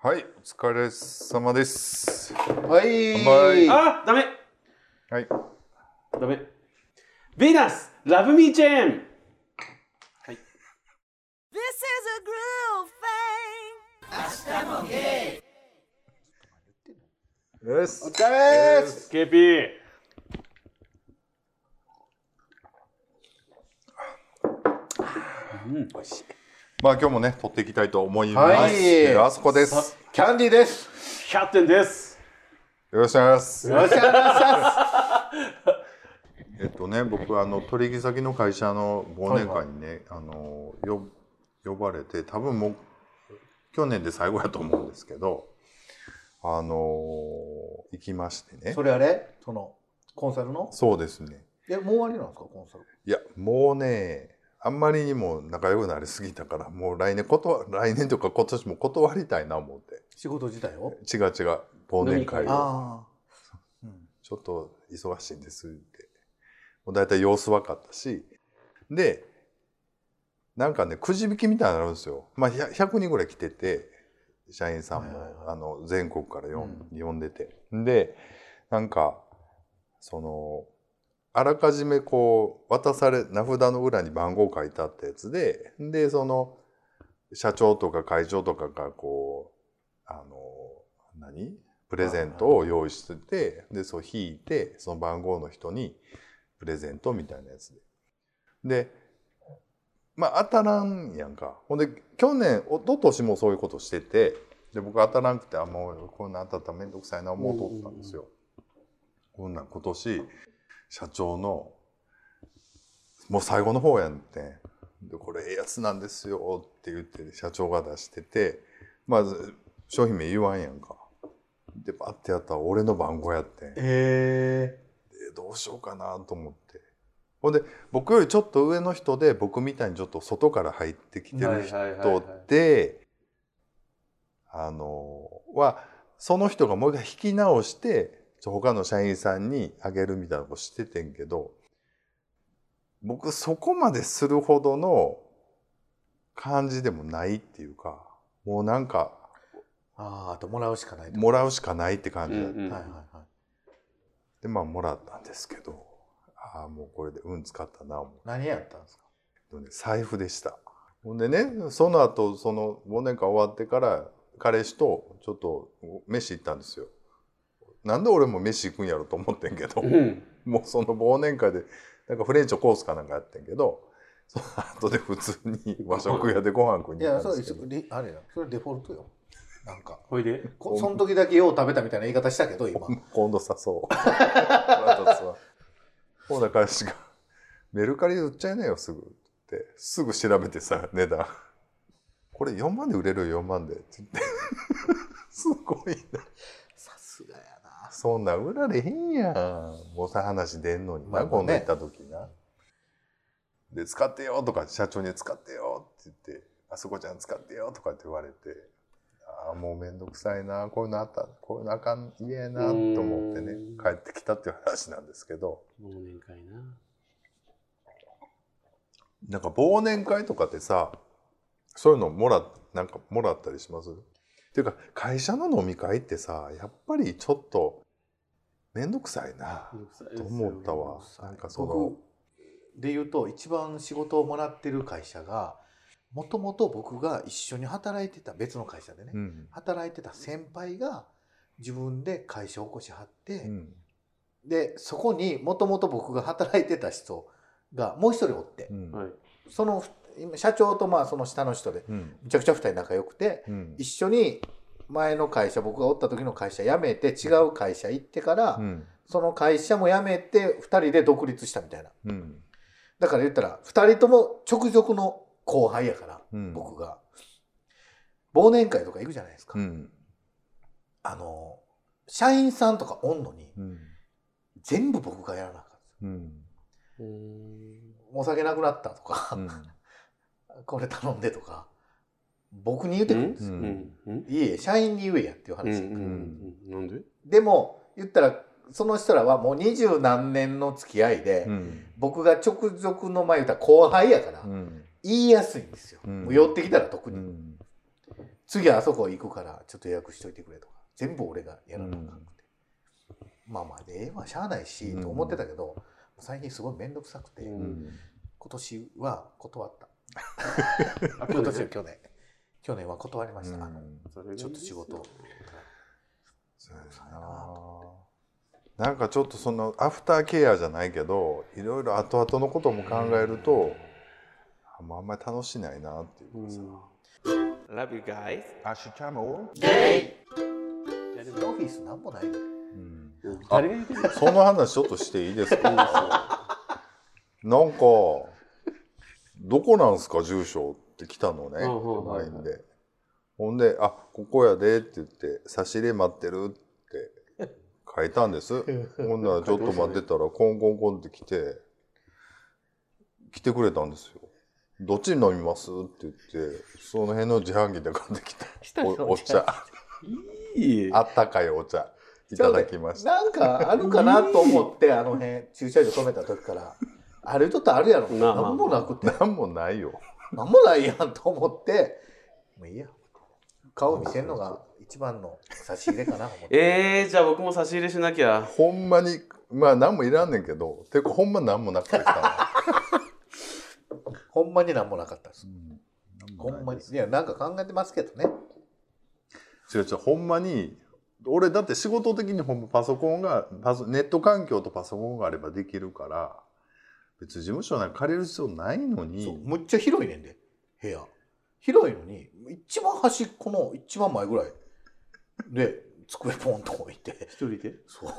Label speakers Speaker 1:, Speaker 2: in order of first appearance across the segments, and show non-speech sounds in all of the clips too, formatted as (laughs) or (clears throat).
Speaker 1: はい、お疲れ様です。
Speaker 2: はい。
Speaker 1: はい
Speaker 3: あダメ
Speaker 1: はい。
Speaker 3: ダメ。ヴィーナスラブミーチェーン
Speaker 4: This is a groove thing.
Speaker 1: です。
Speaker 2: お疲れ様です。
Speaker 3: !KP!
Speaker 1: まあ今日もね、撮っていきたいと思います。
Speaker 2: はい
Speaker 1: えーあそこです。よ
Speaker 2: キャンディーです。
Speaker 3: 100点です
Speaker 1: ろしくお願いします。
Speaker 2: よろしくお願いしま
Speaker 1: えっとね、僕あの取引先の会社の忘年会にね、あのよ呼ばれて、多分もう去年で最後やと思うんですけど、あの行きましてね
Speaker 2: す。そ。れあれその、コンサルの
Speaker 1: そうですね。
Speaker 2: え、もう終わりなんですかコンサル。
Speaker 1: いや、もうね、あんまりにも仲良くなりすぎたから、もう来年断来年とか今年も断りたいな思って。
Speaker 2: 仕事自体を
Speaker 1: 違う違う忘年会
Speaker 3: 飲み会
Speaker 1: を
Speaker 2: ああ。うん
Speaker 1: ちょっと忙しいんですってもう大体様子分かったしでなんかねくじ引きみたいになのあるんですよ、まあ、ひゃ100人ぐらい来てて社員さんも、
Speaker 2: はいはいはい
Speaker 1: あの全国から呼ん,、呼んでてでなんかそのあらかじめこう渡され名札の裏に番号書いてあったやつででその社長とか会長とかがこうあの何プレゼントを用意しててでそう引いてその番号の人にプレゼントみたいなやつで。でまあ当たらんやんかほんで去年一昨年もそういうことしててで僕当たらんくてあもうこんなん当たったら面倒くさいな思うとったんですよ。こんなん今年社長のもう最後の方やんってでこれええやつなんですよって言って社長が出しててまず商品名言わんやんかでバッてやったら俺の番号やってん
Speaker 2: え
Speaker 1: えーどうしようかなと思ってほんで僕よりちょっと上の人で僕みたいにちょっと外から入ってきてる人
Speaker 3: はいはいはい
Speaker 1: 人
Speaker 3: はい
Speaker 1: であのはその人がもう一回引き直してちょ他の社員さんにあげるみたいなことしててんけど僕そこまでするほどの感じでもないっていうかもうなんか
Speaker 2: ー。ああ、あともらうしかないと。
Speaker 1: もらうしかないって感
Speaker 3: う
Speaker 1: じだった。
Speaker 3: ん
Speaker 2: はいはいはい。
Speaker 1: でまあもらったんですけどああもうこれで運使ったな思
Speaker 2: 何やったんですか
Speaker 1: う、ね、財布でしたほんでねその後その忘年会終わってから彼氏とちょっと飯行ったんですよなんで俺も飯行くんやろと思ってんけど (laughs)
Speaker 3: うんうん
Speaker 1: もうその忘年会でなんかフレンチのコースかなんかやってんけどその後で普通に和食屋でご飯食い
Speaker 2: い
Speaker 1: に行
Speaker 2: や、
Speaker 1: った
Speaker 2: そ
Speaker 1: ん
Speaker 2: れ
Speaker 1: ですけど、
Speaker 2: リあれや。それデフォルトよ。なんか。
Speaker 3: ほいで
Speaker 2: こその時だけよう食べたみたいな言い方したけど、今。
Speaker 1: (laughs) 今度誘おう
Speaker 2: (laughs)
Speaker 1: 腹立つわほんな彼氏が「メルカリで売っちゃいなよすぐ」ってすぐ調べてさ値段これ4万で売れるよ4万でって言って (laughs) すごいな
Speaker 2: さすがやな。
Speaker 1: そんな売られへんやんもうさ話出んのに
Speaker 2: まあ
Speaker 1: な
Speaker 2: まあね
Speaker 1: 今度行った時なで使ってよとか社長に使ってよって言ってあそこちゃん使ってよとかって言われてああもうめんどくさいなこういうのあったこういうのあかん嫌やなと思ってね
Speaker 3: うん
Speaker 1: 帰ってきたっていう話なんですけど
Speaker 3: 忘年会な
Speaker 1: なんか忘年会とかってさそういうのもらなんかもらったりしますっていうか会社の飲み会ってさやっぱりちょっとめんどくさいな
Speaker 3: めんどくさいです
Speaker 1: と
Speaker 3: よ
Speaker 1: 思ったわ
Speaker 3: めんどくさい
Speaker 1: なんかその
Speaker 2: 僕で言うと一番仕事をもらってる会社がもともと僕が一緒に働いてた別の会社でね、
Speaker 1: うん
Speaker 2: 働いてた先輩が自分で会社を起こしはって、
Speaker 1: うん
Speaker 2: でそこにもともと僕が働いてた人がもう一人おって
Speaker 1: う、ん
Speaker 3: はい
Speaker 2: その今社長とまあその下の人で
Speaker 1: うん
Speaker 2: めちゃくちゃ二人仲良くて
Speaker 1: うん
Speaker 2: 一緒に前の会社僕がおった時の会社辞めて違う会社行ってから、
Speaker 1: うん
Speaker 2: その会社も辞めて二人で独立したみたいな。
Speaker 1: うん
Speaker 2: だから言ったら2人とも直属の後輩やから、
Speaker 1: うん
Speaker 2: 僕が忘年会とか行くじゃないですか、
Speaker 1: うん
Speaker 2: あの社員さんとかおんのに
Speaker 1: うん
Speaker 2: 全部僕がやらなあかっ
Speaker 1: うん
Speaker 3: うーん
Speaker 2: たお酒なくなったとか、
Speaker 1: う
Speaker 2: (laughs)
Speaker 1: ん
Speaker 2: これ頼んでとか僕に言ってくるんです
Speaker 3: う
Speaker 2: よ、
Speaker 3: んうん
Speaker 2: いえいえ社員に言えやっていう
Speaker 3: うんう
Speaker 2: 話、
Speaker 3: んうんなんで
Speaker 2: でも言ったらその人らはもう二十何年の付き合いで、
Speaker 1: うん
Speaker 2: 僕が直属の前言ったら後輩やから、
Speaker 1: うん
Speaker 2: 言いやすいんですよ、
Speaker 1: うん
Speaker 2: もう寄ってきたら特に、
Speaker 1: うん
Speaker 2: 次あそこ行くからちょっと予約しといてくれとか全部俺がやらなあかんくて、まあまあでええわしゃあないし、と思ってたけど最近すごい面倒くさくて、
Speaker 3: う
Speaker 1: うんん
Speaker 2: 今年は断った
Speaker 3: あ
Speaker 2: 今年は去年去年は断りました、あの
Speaker 3: それがいいです
Speaker 2: ちょ
Speaker 3: よ
Speaker 2: っと仕事を
Speaker 1: そうやななんかちょっとそのアフターケアじゃないけどいろいろ後々のことも考えると、あんまあんまり楽しないなっていうかさ、
Speaker 3: Love you guys
Speaker 1: アシュチャモ、
Speaker 2: いやでもオフィスなんもないの
Speaker 1: うん、
Speaker 3: 誰が言ってる
Speaker 1: その話ちょっとしていいです
Speaker 3: (laughs)
Speaker 1: かなんかどこなんすか住所って来たのね
Speaker 3: うんうんはいはい
Speaker 1: LINE でほんで「あここやで」って言って「差し入れ待ってる」って書いたんです
Speaker 3: (laughs)
Speaker 1: ほんならちょっと待ってたらコンコンコンって来て来てくれたんですよ「どっちに飲みます?」って言ってその辺の自販機で買ってきたおお茶
Speaker 3: いい
Speaker 1: あったかいお茶いただきました
Speaker 2: なんかあるかなと思ってあの辺駐車場止めた時からあれちょっとあるやろ
Speaker 3: なあまあ
Speaker 2: なんもなくて
Speaker 1: なんもないよ
Speaker 2: なんもないやんと思ってもういいや顔見せるのが一番の差し入れかな思って
Speaker 3: えー、じゃあ僕も差し入れしなきゃ
Speaker 1: ほんまにまあ何もいらんねんけどてかほんま何もなくてさ、
Speaker 2: ほんまになんもなかったです
Speaker 1: うん何も
Speaker 2: ほ
Speaker 1: ない
Speaker 2: んまにいやなんか考えてますけどね
Speaker 1: 違う違うほんまに俺だって仕事的にほんまパソコンがパソネット環境とパソコンがあればできるから別に事務所なんか借りる必要ないの
Speaker 2: そう
Speaker 1: に
Speaker 2: むっちゃ広いねんで部屋広いのに一番端っこの一番前ぐらいで机ポンと置いて
Speaker 3: 一人で
Speaker 2: そう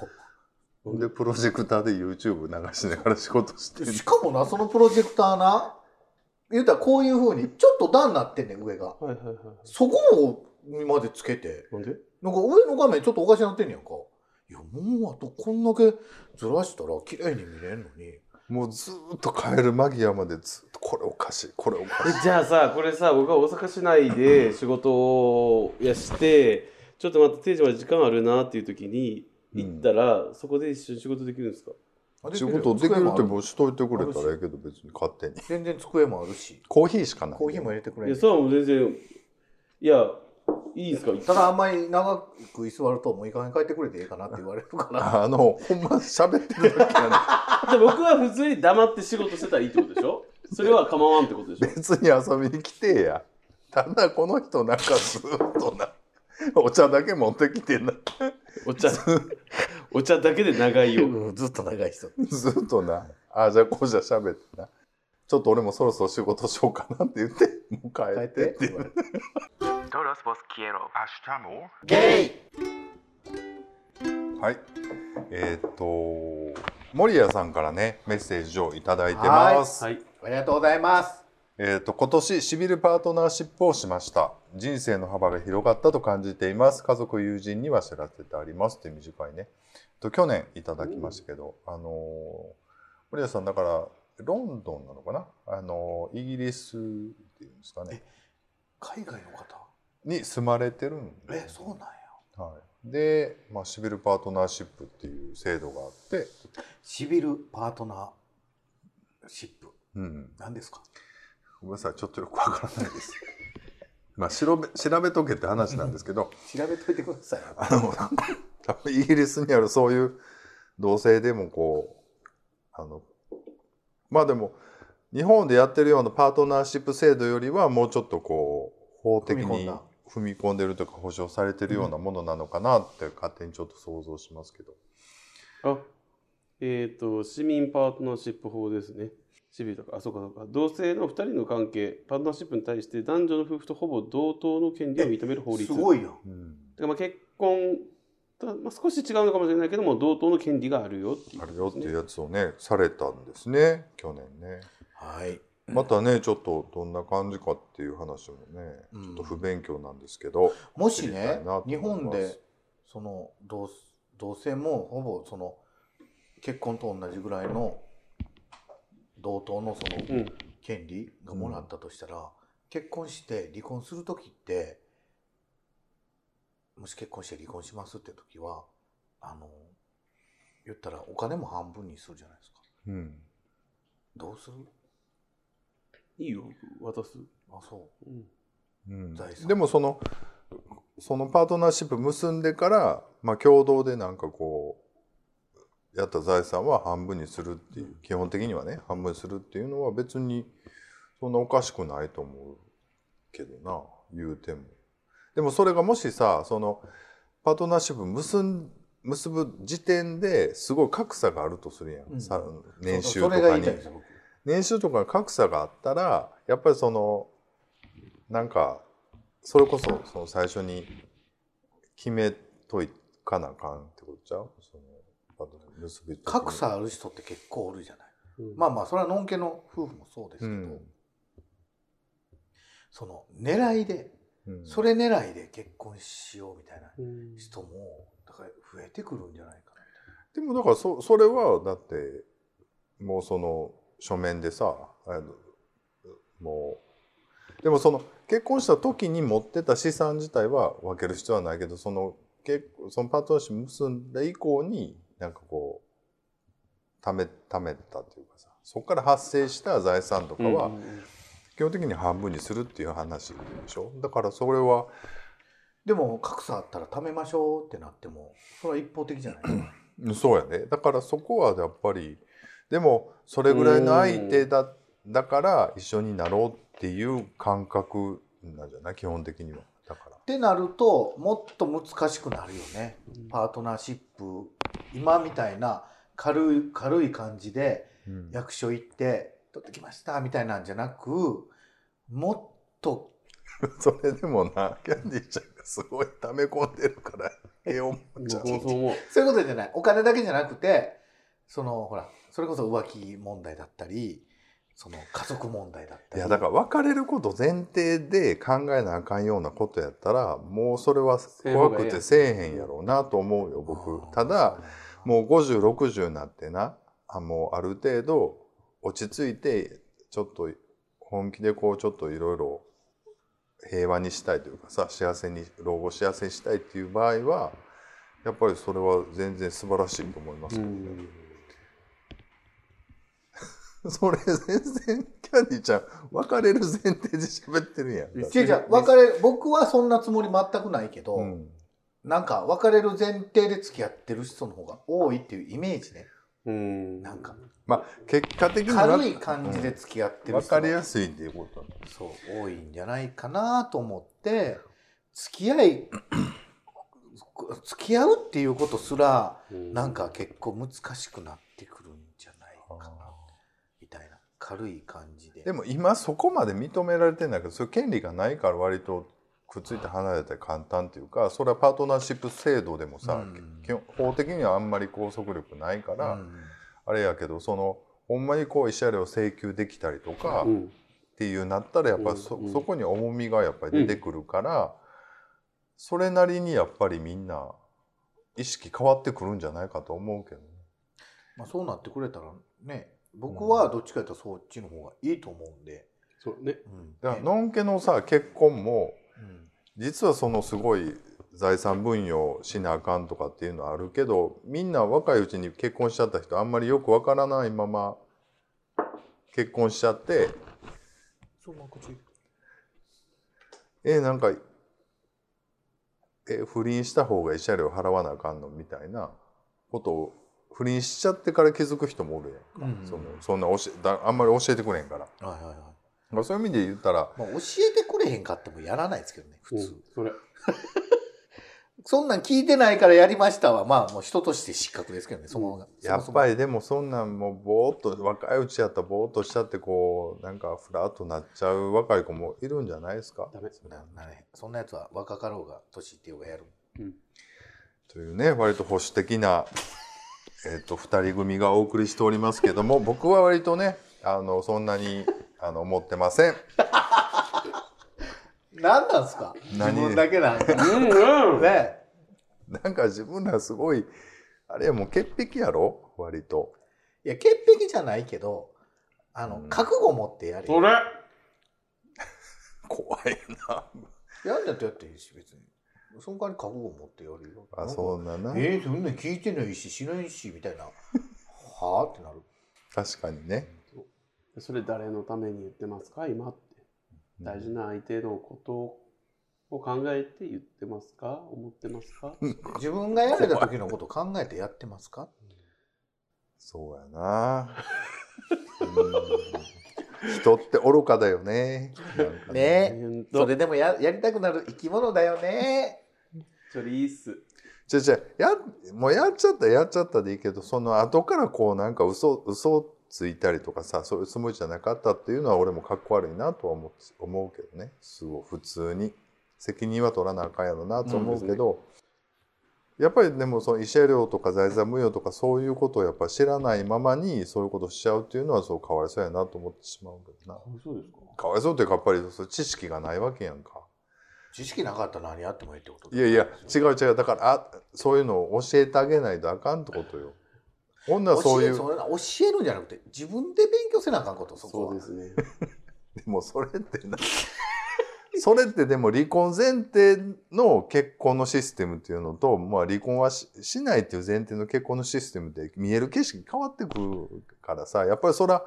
Speaker 1: ほんでプロジェクターで YouTube 流しながら仕事して
Speaker 2: で
Speaker 1: る
Speaker 2: しかもなそのプロジェクターな言うたらこういうふうにちょっと段になってんねん上が
Speaker 3: はいはいはいは
Speaker 2: そこをまでつけて
Speaker 3: いなんで
Speaker 2: なんか上の画面ちょっとおかしなってんねやんかいやもうあとこんだけずらしたら綺麗に見れるのに
Speaker 1: もうずーっと帰る間際までずっとこれおかしいこれおかしい
Speaker 3: えじゃあさこれさ僕は大阪市内で仕事をやしてちょっと待って定時まで時間あるなっていう時に
Speaker 1: うん
Speaker 3: 行ったら、そこで一緒に仕事できるんですか
Speaker 1: 仕事できるってもうしといてくれた
Speaker 2: ある
Speaker 1: らええけど別に勝手に
Speaker 2: 全然机もあるし
Speaker 1: コーヒーしかない
Speaker 2: コーヒーも入れてくれ
Speaker 3: いや
Speaker 2: る
Speaker 3: それはもう全然いやいいんですか
Speaker 2: ただあんまり長く居座るともういい加減帰ってくれていいかなって言われるから
Speaker 1: あのほんま喋ってるだけやねん
Speaker 3: じゃあ僕は普通に黙って仕事してたらいいってことでしょそれは構わんってことでしょ
Speaker 1: 別に遊びに来てやただこの人なんかずっとなお茶だけ持ってきてな
Speaker 3: お茶お茶だけで長いよ
Speaker 2: うんずっと長い人
Speaker 1: ずっとなあじゃあこうじゃ喋ってなちょっと俺もそろそろ仕事しようかなって言ってもう帰
Speaker 2: 帰
Speaker 1: っ
Speaker 2: ってて
Speaker 1: っ
Speaker 2: ってて
Speaker 1: い
Speaker 2: 言
Speaker 1: う
Speaker 2: われて
Speaker 5: Todos vos quiero.
Speaker 1: はいえーっと守谷さんからねメッセージを頂いただいてます
Speaker 3: はい
Speaker 2: ありがとうございます
Speaker 1: えー、と今年シビルパートナーシップをしました人生の幅が広がったと感じています家族友人には知らせてありますっていう短いねと去年いただきましたけど、あのー森田さんだからロンドンなのかなあのーイギリスっていうんですかね
Speaker 2: 海外の方
Speaker 1: に住まれてるんで
Speaker 2: え
Speaker 1: す
Speaker 2: そ
Speaker 1: ね
Speaker 2: うなんや
Speaker 1: はい、で、まあ、シビルパートナーシップっていう制度があって、
Speaker 2: シビルパートナーシップ
Speaker 1: うん、
Speaker 2: 何ですか
Speaker 1: ごめんなさいちょっとよくわからない
Speaker 2: (laughs)
Speaker 1: です。まあ、調べ調べとけって話なんですけど、
Speaker 2: 調べといてください
Speaker 1: あの、なんか、多分イギリスにあるそういう同性でもこう、あの、まあでも、日本でやってるようなパートナーシップ制度よりはもうちょっとこう、法的に
Speaker 2: 踏み込んだ
Speaker 1: 踏み込んでるとか保障されてるようなものなのかなって勝手にちょっと想像しますけど。
Speaker 3: あえっ、と市民パートナーシップ法ですねシビルとかあそうかそうか同性の2人の関係パートナーシップに対して男女の夫婦とほぼ同等の権利を認める法律
Speaker 2: すごいよ
Speaker 1: うん
Speaker 3: だからまあ結婚と、まあ、少し違うのかもしれないけども同等の権利があるよっていう
Speaker 1: あ
Speaker 3: こ
Speaker 1: る
Speaker 3: と
Speaker 1: よっ
Speaker 3: で
Speaker 1: て
Speaker 3: すね、
Speaker 1: いうやつをね、されたんですね、去年ね。
Speaker 2: はい
Speaker 1: またね、ちょっとどんな感じかっていう話もね、
Speaker 2: うん
Speaker 1: ちょっと不勉強なんですけど。
Speaker 2: もし
Speaker 1: 知りたい
Speaker 2: ね
Speaker 1: なと思います
Speaker 2: 日本でその同同性もほぼその結婚と同じぐらいの同等のその
Speaker 3: うん
Speaker 2: 権利がもらったとしたら、結婚して離婚する時ってもし結婚して離婚しますって時はあの言ったらお金も半分にするじゃないですか
Speaker 1: うん
Speaker 2: どうする
Speaker 3: いいよ渡す、
Speaker 2: あそう
Speaker 3: うん
Speaker 1: うん
Speaker 2: 財産
Speaker 1: でもそのそのパートナーシップ結んでから、まあ、共同でなんかこうやった財産は半分にするっていう基本的にはね半分にするっていうのは別にそんなおかしくないと思うけどな言うても。でもそれがもしさそのパートナーシップ結ん結ぶ時点ですごい格差があるとするやん、
Speaker 2: うん
Speaker 1: さ年収
Speaker 2: そ
Speaker 1: と
Speaker 2: れ
Speaker 1: か
Speaker 2: が言い
Speaker 1: に
Speaker 2: たいんですよ僕
Speaker 1: 年収とか格差があったらやっぱりそのなんかそれこそその最初に決めといかなあかんってことちゃうそのパートナー結びつきに
Speaker 2: 格差ある人って結構おるじゃない
Speaker 3: うん
Speaker 2: まあまあそれはのんけの夫婦もそうですけ
Speaker 1: う
Speaker 2: ど、
Speaker 1: ん、
Speaker 2: その狙いで
Speaker 1: うん、
Speaker 2: それ狙いで結婚しようみたいな
Speaker 3: うん
Speaker 2: 人もだから増えてくるんじゃないかな
Speaker 1: でもだからそそれはだってもうその書面でさあのもうでもその結婚した時に持ってた資産自体は分ける必要はないけどその結そのパートナーシップ結んだ以降になんかこう貯め貯めたというかさそこから発生した財産とか
Speaker 3: うん
Speaker 1: は基本的に半分にするっていう話でしょだからそれは
Speaker 2: でも格差あったら貯めましょうってなってもそれは一方的
Speaker 1: (clears throat)
Speaker 2: じゃないですか
Speaker 1: うんそうやねだからそこはやっぱりでもそれぐらいの相手だだから一緒になろうっていう感覚なんじゃない基本的にはだから
Speaker 2: ってなるともっと難しくなるよねパートナーシップ今みたいな軽い軽い感じで
Speaker 1: うん (laughs)
Speaker 2: 役所行って取ってきましたみたいなんじゃなくもっと
Speaker 1: それでもなキャンディーちゃんがすごい溜め込んでる (laughs) からええ思っちゃう
Speaker 3: 僕もそう思う
Speaker 2: そういうことじゃないお金だけじゃなくてそのほらそれこそ浮気問題だったりその家族問題だったり
Speaker 1: いやだから別れること前提で考えなあかんようなことやったらもうそれは怖くてせえへんやろうなと思うよ僕
Speaker 2: うん
Speaker 1: ただもう5060になってなあもうある程度落ち着いてちょっと本気でこうちょっといろいろ平和にしたいというかさ幸せに老後幸せにしたいっていう場合はやっぱりそれは全然素晴らしいと思いますけどね。それ全然キャンディーちゃん別れる前提で喋ってるやん。
Speaker 2: 違う違う別れ僕はそんなつもり全くないけど、
Speaker 1: うん
Speaker 2: なんか別れる前提で付き合ってる人の方が多いっていうイメージね
Speaker 3: うん
Speaker 2: なんか
Speaker 1: まあ結果的には
Speaker 2: 軽い感じで付き合ってる人
Speaker 1: 分かり
Speaker 2: が
Speaker 1: やすいっていうことね
Speaker 2: そう多いんじゃないかなと思って付き合い (clears throat) 付き合うっていうことすらなんか結構難しくなってくるんじゃないかなみたいな軽い感じで
Speaker 1: でも今そこまで認められてないけどそういう権利がないから割とくっついて離れて簡単っていうかそれはパートナーシップ制度でもさ、
Speaker 2: うん
Speaker 1: 基本法的にはあんまり拘束力ないか
Speaker 2: う
Speaker 1: ら、
Speaker 2: ん
Speaker 1: あれやけどそのほんまにこう慰謝料請求できたりとか
Speaker 3: う
Speaker 1: っ
Speaker 3: ん
Speaker 1: ていうなったらやっぱりそ,、
Speaker 3: うんうん
Speaker 1: そこに重みがやっぱり出てくるから、それなりにやっぱりみんな意識変わってくるんじゃないかと思うけどね。
Speaker 2: まあ、そうなってくれたらね僕はどっちかというとそっちの方がいいと思うんで、
Speaker 3: そうね
Speaker 2: うん
Speaker 1: だから
Speaker 2: ね
Speaker 1: のんけのさ結婚も
Speaker 2: うん
Speaker 1: 実はそのすごい財産分与しなあかんとかっていうのはあるけどみんな若いうちに結婚しちゃった人あんまりよくわからないまま結婚しちゃって
Speaker 2: そんなこと
Speaker 1: えなんかえ不倫した方が慰謝料払わなあかんのみたいなことを不倫しちゃってから気づく人もおるやんか、
Speaker 2: うん
Speaker 1: そのそんな教えだあんまり教えてくれへんから、
Speaker 2: はいはいはい、
Speaker 1: まあ、そういう意味で言ったら
Speaker 2: まあ、教えてくれへんかってもやらないですけどね普
Speaker 3: うん
Speaker 2: 通、
Speaker 3: それ
Speaker 2: そんなん聞いてないからやりましたはまあもう人として失格ですけどねその
Speaker 1: やっぱりでもそんなんもうぼーっと若いうちやったらぼーっとしちゃってこうなんかふらっとなっちゃう若い子もいるんじゃないですか
Speaker 3: ダメ
Speaker 2: そもそもななれそんなやつは若かろうが年いってようがやる
Speaker 1: というね割と保守的な、えっと2人組がお送りしておりますけども僕は割とねあのそんなにあの思ってません。
Speaker 2: 何なんすか自
Speaker 1: 何
Speaker 2: 分だけなん (laughs) か
Speaker 3: うんうん
Speaker 2: ね
Speaker 1: なんか自分らすごいあれもう潔癖やろ割と。
Speaker 2: いや潔癖じゃないけどあの、
Speaker 1: うん
Speaker 2: 覚悟持ってやれ
Speaker 3: それ
Speaker 1: 怖い
Speaker 2: (laughs)
Speaker 1: な。
Speaker 2: やんだってやっていいし別にその代わり覚悟持ってやるよ
Speaker 1: あそんなな
Speaker 2: えー、そんなん聞いてないししないしみたいなはあってなる
Speaker 1: 確かにね。
Speaker 3: それ誰のために言ってますか今って大事な相手のことを考えて言ってますか思ってますか
Speaker 2: 自分がやれた時のこと考えてやってますか
Speaker 1: そうやなうん人って愚かだよねなんか
Speaker 2: ね
Speaker 3: え
Speaker 2: それでもややりたくなる生き物だよね。
Speaker 3: ちょりーっす。
Speaker 1: じゃじゃやもうやっちゃったらやっちゃったでいいけどその後からこうなんか嘘嘘ついたりとかさそういうつもりじゃなかったっていうのは俺もかっこ悪いなとは思う思うけどねすごい普通に責任は取らなあかんやろなと思うけど、やっぱりでもその慰謝料とか財産無用とかそういうことをやっぱ知らないままにそういうことしちゃうっていうのはそうかわいそうやなと思ってしまうけどな
Speaker 3: そうですか
Speaker 1: かわいそうっていうかやっぱりそう知識がないわけやんか。
Speaker 2: 知識なかったら何やってもいいってこと
Speaker 1: いやいや違う違うだからあそういうのを教えてあげないとあかんってことよ。女はそういう
Speaker 2: 教えそれな教えるんじゃなくて自分で勉強せなあかんことそこは
Speaker 3: そうですね。
Speaker 1: でもそれってなそれってでも離婚前提の結婚のシステムっていうのと、まあ、離婚はししないっていう前提の結婚のシステムって見える景色変わってくるからさやっぱりそら、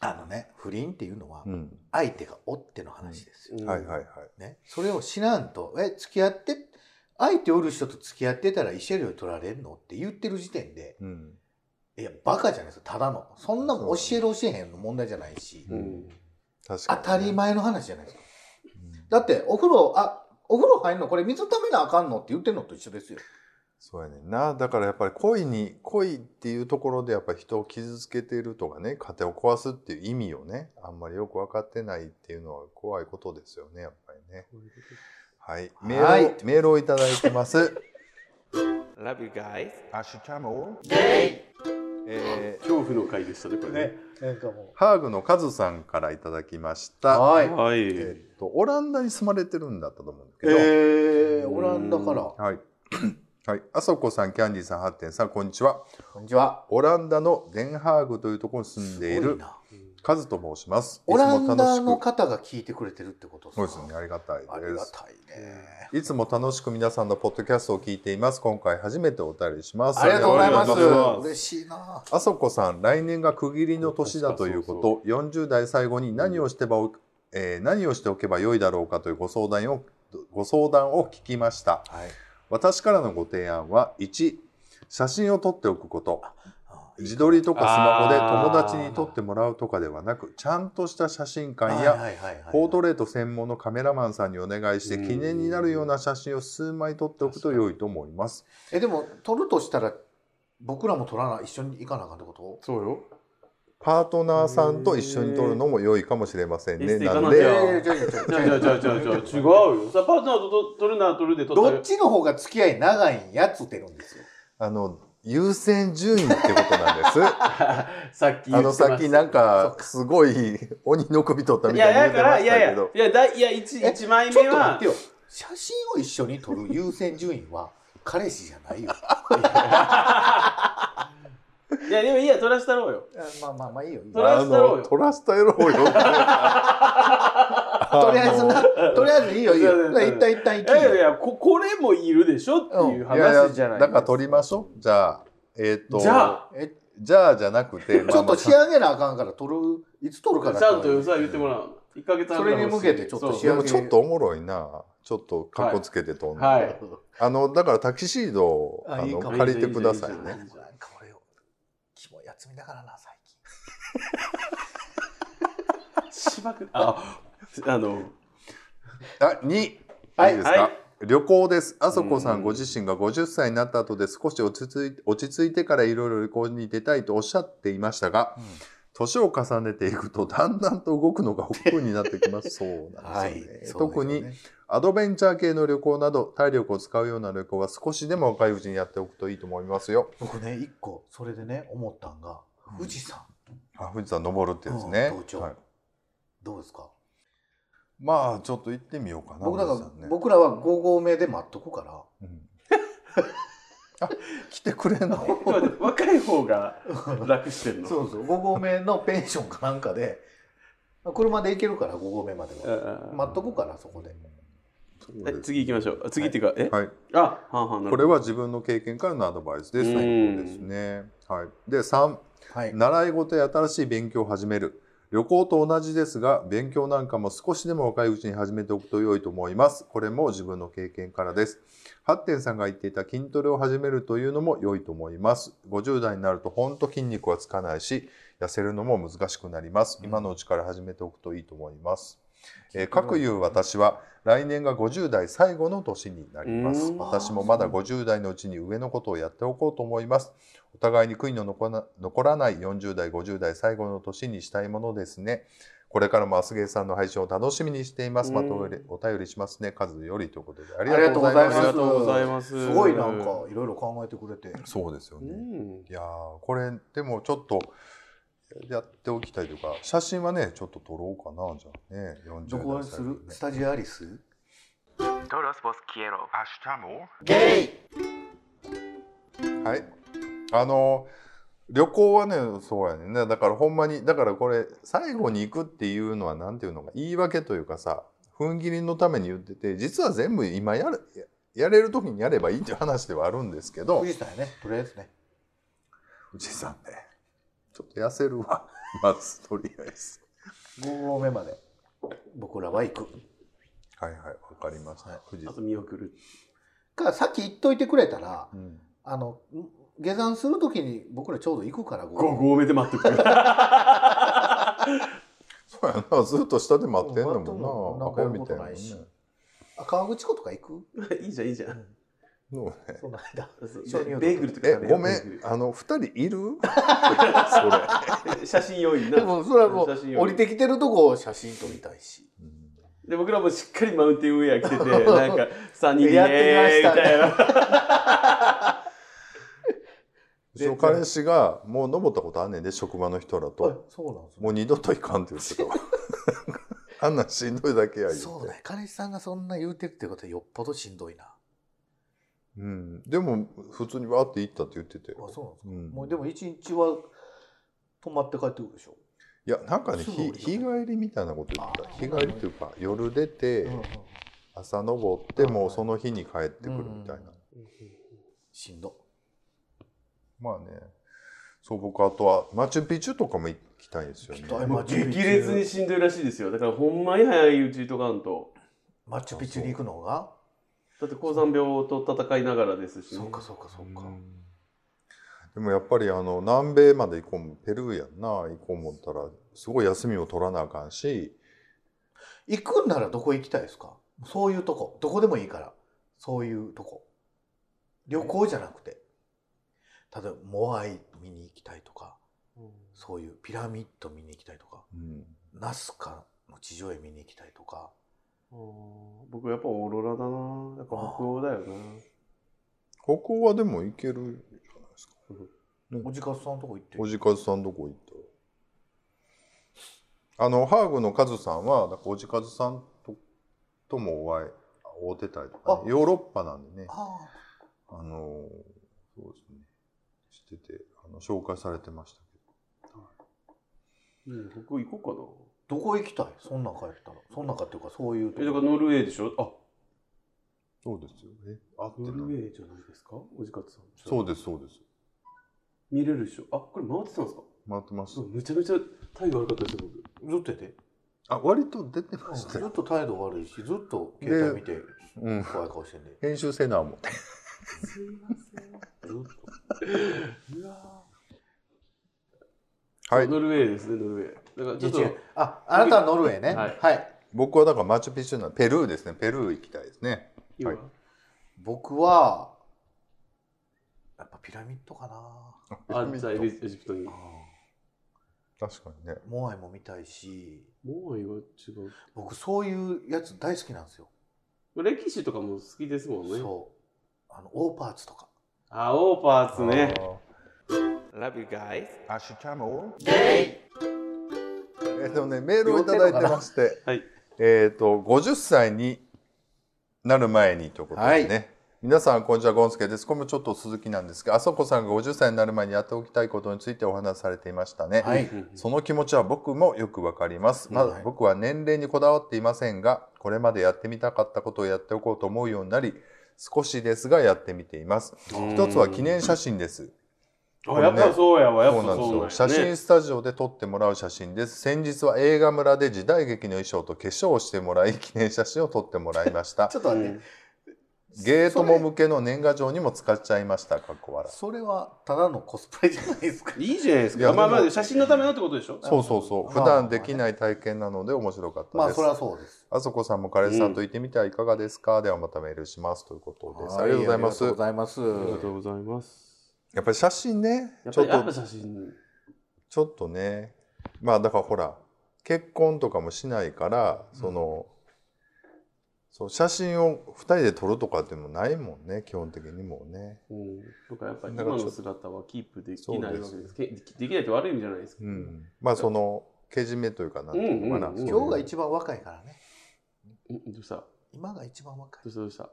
Speaker 2: あのね不倫っていうのは
Speaker 1: うん、
Speaker 2: 相手がおっての話ですよ、
Speaker 3: うん
Speaker 1: はいはいはい。
Speaker 2: ね、それを知らんと「え付き合って相手おる人と付き合ってたら慰謝料取られんの?」って言ってる時点で
Speaker 1: うん
Speaker 2: いやバカじゃないですかただのそんなもん教える教えへんの問題じゃないし、
Speaker 3: うん。
Speaker 1: 確かに
Speaker 2: 当
Speaker 1: ね
Speaker 2: たり前の話じゃないですか
Speaker 1: うん
Speaker 2: だってお風呂あお風呂入んのこれ水ためなあかんのって言ってんのと一緒ですよ
Speaker 1: そうやねんなだからやっぱり恋に恋っていうところでやっぱり人を傷つけているとかね家庭を壊すっていう意味をねあんまりよく分かってないっていうのは怖いことですよねやっぱりねはいメールを
Speaker 2: はい
Speaker 1: メールをいただいてます
Speaker 2: (laughs)
Speaker 3: Love you guys。
Speaker 1: アシュチャモえー
Speaker 3: 恐怖の回でしたね、これね。
Speaker 2: なんかも
Speaker 1: ハーグのカズさんからいただきました、
Speaker 2: はい
Speaker 3: はい。
Speaker 1: えっとオランダに住まれてるんだったと思うんだけど、
Speaker 2: えー、オランダから
Speaker 1: はい。 (clears throat) はい、あそこさん、キャンディーさん、ハッテンさん、こんにちは。
Speaker 2: こんにちは
Speaker 1: オランダのデンハーグというところに住んでい
Speaker 2: すご
Speaker 1: る
Speaker 2: な
Speaker 1: カズと申します。い
Speaker 2: オ
Speaker 1: つ
Speaker 2: ラ
Speaker 1: も
Speaker 2: ン
Speaker 1: 楽
Speaker 2: ダ
Speaker 1: し
Speaker 2: の
Speaker 1: く。
Speaker 2: 方が聞いてくれてるってこと
Speaker 1: そうですね、ありがたい
Speaker 2: あり
Speaker 1: で
Speaker 2: が
Speaker 1: す。
Speaker 2: たいね
Speaker 1: いつも楽しく皆さんのポッドキャストを聞いています。今回初めてお便りします。
Speaker 2: ありがとうございま
Speaker 3: ありがとうございます
Speaker 2: す嬉しいな
Speaker 1: あそこさん、来年が区切りの年だということ、
Speaker 3: そ
Speaker 1: 40代最後に何をしてば、えー何をしておけばよいだろうかというご相談をご相談を聞きました。
Speaker 2: はい
Speaker 1: 私からのご提案は1写真を撮っておくこと
Speaker 2: うん
Speaker 1: 自撮りとかスマホで友
Speaker 3: あー
Speaker 1: 達に撮ってもらうとかではなくちゃんとした写真館
Speaker 2: はい
Speaker 1: や
Speaker 2: はいはいはい
Speaker 1: ポートレート専門のカメラマンさんにお願いして
Speaker 3: うん
Speaker 1: 記念になるような写真を数枚撮っておくと良いと思います。
Speaker 2: えでも撮るとしたら僕らも撮らない一緒に行かなあかんってこと
Speaker 3: そうよ。
Speaker 1: パートナーさんと一緒に撮るのも良いかもしれません
Speaker 3: え
Speaker 1: ね。
Speaker 3: ー
Speaker 1: な
Speaker 3: 行
Speaker 1: ん
Speaker 3: かなき
Speaker 1: で
Speaker 3: ゃ
Speaker 2: えーじゃあじゃあ
Speaker 3: じ
Speaker 2: じ
Speaker 3: ゃ
Speaker 2: ゃ
Speaker 3: あ
Speaker 2: あ
Speaker 3: じゃあじゃあじゃあじゃあ違うよ。さパートナーとと取るなら取るで取った
Speaker 2: どっ
Speaker 3: よ。
Speaker 2: ちの方が付き合い長いんやっつってるんですよ
Speaker 1: あの優先順位ってことなん (laughs) です。あ
Speaker 3: さっき言って
Speaker 1: の
Speaker 3: ました
Speaker 1: さっきなんかすごい鬼の首取った
Speaker 3: い
Speaker 1: みた
Speaker 3: や
Speaker 1: いに言
Speaker 3: だ
Speaker 1: ってま
Speaker 3: からい
Speaker 1: し
Speaker 3: やい
Speaker 1: た
Speaker 3: や
Speaker 1: けど
Speaker 3: い。やだいや一
Speaker 2: え
Speaker 3: 一枚
Speaker 2: ちょっ
Speaker 3: 目
Speaker 2: と待っ
Speaker 3: は
Speaker 2: てよ写真を一緒に撮る優先順位は彼氏じゃないよ
Speaker 3: いやでもいいや取らしたろうよ。
Speaker 2: (laughs) まあまあまあいいよいいよ
Speaker 3: トラスタローよ
Speaker 1: トラスタエローよ。
Speaker 2: とりあえずな、とりあえずいいよいい
Speaker 3: そうそう
Speaker 2: よ。
Speaker 3: そう
Speaker 2: 一旦一旦行
Speaker 3: い
Speaker 2: きよ
Speaker 3: やいやここれもいるでしょっていう
Speaker 1: いやいや
Speaker 3: 話じゃない。
Speaker 1: だから取りましょう。じゃあ、えっ、と。
Speaker 3: じゃあ
Speaker 2: え
Speaker 1: じゃあじゃなくて、
Speaker 2: ちょっと仕
Speaker 1: まあ
Speaker 2: 上げなあかんから取る、いつ取るかだ
Speaker 3: ちゃんとさ言ってもらう。一ヶ月半ぐらい欲しい
Speaker 2: それに向けてちょっと
Speaker 3: そう
Speaker 2: 仕
Speaker 1: で
Speaker 2: 上
Speaker 1: もちょっとおもろいな。ちょっとかっこつけて飛んで、
Speaker 3: はい。
Speaker 2: (laughs)
Speaker 1: あのだからタキシードを
Speaker 2: あ
Speaker 1: あ
Speaker 2: いい
Speaker 1: の
Speaker 2: かも
Speaker 1: 借りてください
Speaker 3: いいじゃんいいじ
Speaker 1: ね。
Speaker 3: ゃ
Speaker 2: なんか俺を、キモいやつ見ながらな、最
Speaker 3: しばくああの
Speaker 1: あ、二。
Speaker 2: はい
Speaker 1: いいですか。
Speaker 3: はい
Speaker 1: 旅行です。あそこさ
Speaker 3: うん
Speaker 1: んご自身が50歳になった後で少し落ち着い落ち着いてからいろいろ旅行に出たいとおっしゃっていましたが、
Speaker 2: うん
Speaker 1: 年を重ねていくとだんだんと動くのが億劫になってきます。そうなんですよね。特にアドベンチャー系の旅行など体力を使うような旅行は少しでも若いうちにやっておくといいと思いますよ。
Speaker 2: 僕ね、一個、それでね、思ったんが、富士山、
Speaker 1: あ富士山登るってですね
Speaker 2: うん、登頂
Speaker 1: はい
Speaker 2: どうですか
Speaker 1: まあちょっと行ってみようかな。
Speaker 2: 僕だか
Speaker 1: 富士山ね
Speaker 2: ら、僕らは5合目で待っとくから、
Speaker 1: うんあ来てくれんの
Speaker 3: 若い方が楽してる
Speaker 2: (laughs)
Speaker 3: の。
Speaker 2: そうそう、5合目のペンションかなんかで、車で行けるから、5合目までは。待っとくから、そこで。
Speaker 3: はい、次行きましょう。あ次っていうか、え、
Speaker 1: はい、
Speaker 3: あ、はんはんなるほど
Speaker 1: これは自分の経験からのアドバイスです。
Speaker 3: うん
Speaker 1: そうですね。はい。で、三、
Speaker 2: はい。
Speaker 1: 習い事や新しい勉強を始める。旅行と同じですが、勉強なんかも少しでも若いうちに始めておくと良いと思います。これも自分の経験からです。ハッテンさんが言っていた筋トレを始めるというのも良いと思います。50代になるとほんと筋肉はつかないし、痩せるのも難しくなります。今のうちから始めておくといいと思います。えー、かくいう私は来年が50代最後の年になります
Speaker 3: う。ん
Speaker 1: 私もまだ50代のうちに上のことをやっておこうと思います。お互いに悔いの残ら残らない40代、50代最後の年にしたいものですね。これからもアスゲーさんの配信を楽しみにしています。またおれお便りしますね。カズよりということで。ありがとうござい
Speaker 3: あ
Speaker 1: ま
Speaker 3: り
Speaker 1: す
Speaker 3: が。とうございます。
Speaker 2: すごいなんかいろいろ考えてくれて
Speaker 1: そうですよ
Speaker 3: う
Speaker 1: ね。
Speaker 3: ん。
Speaker 1: いやーこれでもちょっとやっておきたいというか写真はねちょっと撮ろうかなじゃあね40
Speaker 2: どこ
Speaker 1: 代
Speaker 2: にす
Speaker 1: 最後
Speaker 2: る
Speaker 1: にね
Speaker 2: スタジアリス
Speaker 5: Todos vos quiero.
Speaker 2: ゲイ
Speaker 1: はいあの旅行はねそうやねんなだからほんまにだからこれ最後に行くっていうのはなんていうのか言い訳というかさ踏ん切りのために言ってて実は全部今やるややれる時にやればいいっていう話ではあるんですけど
Speaker 2: 富士山やねとりあえずね
Speaker 1: 富士山ねちょっと痩せるわ (laughs) まずとりあえず
Speaker 2: 5合目まで僕らは行く
Speaker 1: はいはいわかりました、
Speaker 2: はい
Speaker 1: 富士
Speaker 3: あと
Speaker 1: 山、
Speaker 3: 見送る。
Speaker 2: かさっき言っといてくれたら
Speaker 1: うん
Speaker 2: あのん下山するときに僕らちょうど行くから5
Speaker 3: 五合目で待ってく (laughs) る。
Speaker 1: そうやな、ずっと下で待ってんの
Speaker 2: 待ってんの
Speaker 1: も
Speaker 2: も
Speaker 1: な、
Speaker 2: な
Speaker 1: アホみたいなもん
Speaker 2: なんかやることない
Speaker 1: ね
Speaker 2: し。あ川口湖とか行
Speaker 3: いいじゃんいいじゃん。
Speaker 1: そうね
Speaker 2: くその間
Speaker 3: そう
Speaker 2: 鍾乳洞
Speaker 3: ベーグルとか
Speaker 1: え
Speaker 3: 食、べ
Speaker 1: ご
Speaker 3: よう
Speaker 1: め
Speaker 3: ベーグ
Speaker 1: ん、あの二人いる？ (laughs)
Speaker 3: ル写真用意な。
Speaker 2: (laughs) でもそれはも
Speaker 3: 写真
Speaker 2: う
Speaker 3: 用
Speaker 2: 降
Speaker 3: 意
Speaker 2: りてきてるとこを写真撮りたいし
Speaker 3: で僕らもしっかりマウンテンウェア着
Speaker 2: (laughs)
Speaker 3: ててなんか三人で
Speaker 2: やってきましたね
Speaker 3: イエーイみたいな。
Speaker 1: うちの彼氏がもう登ったことあんねんで職場の人ら
Speaker 2: あ
Speaker 1: と、
Speaker 2: そうなんです
Speaker 1: もう二度と行かんって言って
Speaker 2: (laughs)
Speaker 1: たわ。あんなんしんどいだけや言って。
Speaker 2: そうね彼氏さんがそんな言うてるってことはよっぽどしんどいなあ
Speaker 1: うん。でも普通にわーって行ったって言ってて。
Speaker 2: そうなんですか、
Speaker 1: うん
Speaker 2: もうでも一日は泊まって帰ってくるでしょ、
Speaker 1: いやなんかね
Speaker 2: すぐ
Speaker 1: ひ
Speaker 2: 降りてく
Speaker 1: 日帰
Speaker 2: る
Speaker 1: りみたいなこと言ってた
Speaker 2: あ
Speaker 1: 日帰りというか夜出て、
Speaker 2: うんうん
Speaker 1: 朝登ってもうその日に帰ってくるみたいな、
Speaker 2: しんど
Speaker 1: まあねそう僕あとはマチュピチュとかも行きたいんですよね
Speaker 2: 行きたい
Speaker 3: もう激烈にしんどいらしいですよ。だからほんまに早いうちに行っとかんと。
Speaker 2: マッチュピチュに行くのが
Speaker 3: だって高山病と戦いながらですし、ね。
Speaker 2: そうかそうかそうか、
Speaker 1: でもやっぱりあの南米まで行こうもペルーやんな行こう思ったらすごい休みも取らなあかんし
Speaker 2: 行くんならどこ行きたいですかそういうとこどこでもいいからそういうとこ旅行じゃなくて例えばモアイ見に行きたいとかそういうピラミッド見に行きたいとか
Speaker 1: うん
Speaker 2: ナスカの地上絵見に行きたいとか
Speaker 3: うん僕やっぱオーロラだな。やっぱ北欧だよな。
Speaker 1: ここはでも行けるじゃないですか
Speaker 2: おじかすさんのとこ行って
Speaker 1: おじかずさんどこ行ったあのハーグのカズさんはなんかおじかずさんとともお会い会うてたりとかね、
Speaker 2: あ
Speaker 1: ヨーロッパなんでね
Speaker 2: あ
Speaker 1: あのそうですね知っててあの紹介されてましたけど
Speaker 3: うん、北欧行こ
Speaker 2: どこ行きたいそんなん帰ったらそんなんかっていうかそういう
Speaker 3: うかな。え、だ
Speaker 2: とこ
Speaker 3: からノルウェーでしょあ、
Speaker 1: そうですよねあって
Speaker 3: ノ
Speaker 1: な
Speaker 3: ルウェーじゃないですかおじかつさん。
Speaker 1: そうですそうです
Speaker 3: 見れるでしょあ、これ回ってたんですか
Speaker 1: 回ってます
Speaker 3: そう、めちゃめちゃタイが悪かったですよ、僕。
Speaker 2: ずっとやって
Speaker 1: あ割と出てまし
Speaker 2: ず
Speaker 1: たよ
Speaker 2: っと態度悪いしずっと携帯見て
Speaker 1: うん
Speaker 2: 怖い顔してんで
Speaker 1: 編集せな思って
Speaker 3: すいません。
Speaker 2: ずっと
Speaker 3: うわ
Speaker 1: は
Speaker 3: ー
Speaker 1: い
Speaker 3: ノルウェーですね、ノルウェー。だからちょっと
Speaker 2: いや違うああなたはノルウェーね
Speaker 3: はい
Speaker 2: はい
Speaker 1: 僕はだからマチュピチュなペルーですねペルー行きたいですね
Speaker 3: 今、
Speaker 1: はい
Speaker 2: 僕はやっぱピラミッドかな
Speaker 3: あ、じゃあエジエジプトに。
Speaker 1: 確かにね
Speaker 2: モアイも見たいし
Speaker 3: モアイは違う。
Speaker 2: 僕そういうやつ大好きなんですよ、
Speaker 3: 歴史とかも好きですもんね。
Speaker 2: そうあのオーパーツとか
Speaker 3: あ、オーパーツね。
Speaker 1: あー
Speaker 3: Love you guys.
Speaker 1: 明日もえっとねメールをいただいてまして、
Speaker 3: はい
Speaker 1: えっと50歳になる前にということですね。
Speaker 2: は
Speaker 1: 皆さんこんにちはゴンスケです。これもちょっと続きなんですが、あそこさんが50歳になる前にやっておきたいことについてお話しされていましたね。
Speaker 2: はい
Speaker 1: その気持ちは僕もよくわかります。ま
Speaker 2: は
Speaker 1: だ
Speaker 2: い
Speaker 1: 僕は年齢にこだわっていませんが、これまでやってみたかったことをやっておこうと思うようになり、少しですがやってみています。一つは記念写真です。
Speaker 3: (laughs) あ、
Speaker 1: これ
Speaker 3: や
Speaker 1: ね
Speaker 3: っぱそうやわ、やっ
Speaker 1: そ
Speaker 3: ぱ
Speaker 1: うなんですよ。
Speaker 3: そう
Speaker 1: 写
Speaker 3: なんやね
Speaker 1: 真スタジオで撮ってもらう写真です。先日は映画村で時代劇の衣装と化粧をしてもらい、記念写真を撮ってもらいました
Speaker 2: (laughs) ち。ょっと待って、
Speaker 1: ゲートも向けの年賀状にも使っちゃいました。かっこ笑い。
Speaker 2: それはただのコスプレじゃないで
Speaker 1: (laughs)
Speaker 2: すか
Speaker 3: うんいいじゃないです
Speaker 1: いや
Speaker 3: か。まあま
Speaker 1: で
Speaker 3: あ、写真のためのってことでしょ
Speaker 1: そうそうそう。普段できない体験なので面白かったです。
Speaker 2: まあそれはそうです
Speaker 1: あそこさんもカレーさんと行ってみてはいかがですか、ではまたメールしますということです。ありがとうございます。
Speaker 2: はいありがとうございます
Speaker 3: ありがとうございます。
Speaker 1: やっぱり写真ね、
Speaker 3: やっ
Speaker 1: ち
Speaker 3: ぱ
Speaker 1: ょっ
Speaker 3: りやっぱ
Speaker 1: と、
Speaker 3: 写真。
Speaker 1: ちょっとね、まあだからほら、結婚とかもしないから、その、そう写真を2人で撮るとかっていうのもないもんね、基本的にもうね。
Speaker 3: うん。とかやっぱり
Speaker 1: だ
Speaker 3: 今
Speaker 1: からちょっと
Speaker 3: の姿はキープできないわけで
Speaker 1: そ
Speaker 3: す
Speaker 1: うです
Speaker 3: けできできないって悪い意味じゃないですけ
Speaker 1: う
Speaker 3: ど。
Speaker 1: ん。まあその、けじめというかなんていうのかな。
Speaker 3: うんうんうん
Speaker 2: 今日が
Speaker 1: 番
Speaker 2: 一番若いからね
Speaker 3: うんどうしたど
Speaker 2: 今が一番若いう
Speaker 3: したどうした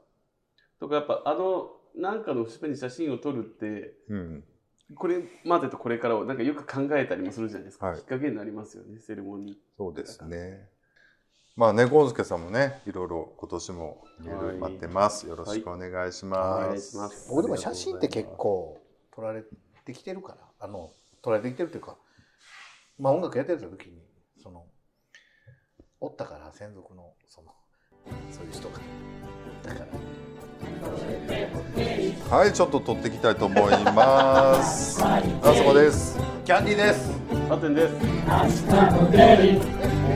Speaker 3: とかやっぱあの、なんかの節目に写真を撮るって、
Speaker 1: うん。
Speaker 3: これまでとこれからをなんかよく考えたりもするじゃないですか。
Speaker 1: はい
Speaker 3: きっかけになりますよね、セレモニー。
Speaker 1: そうですね。まあね、ゴンスケさんもね、いろいろ今年もメール待ってます。よろしくお願いします。
Speaker 3: お願いします
Speaker 2: 僕でも写真って結構撮られてきてるからあの撮られてきてるというかまあ音楽やってた時にそのおったから専属のそのそういう人がだから
Speaker 1: はい、ちょっと取っていきたいと思います。あそこです。
Speaker 2: キャンディーです
Speaker 3: ハテンです。
Speaker 6: Hasta poder,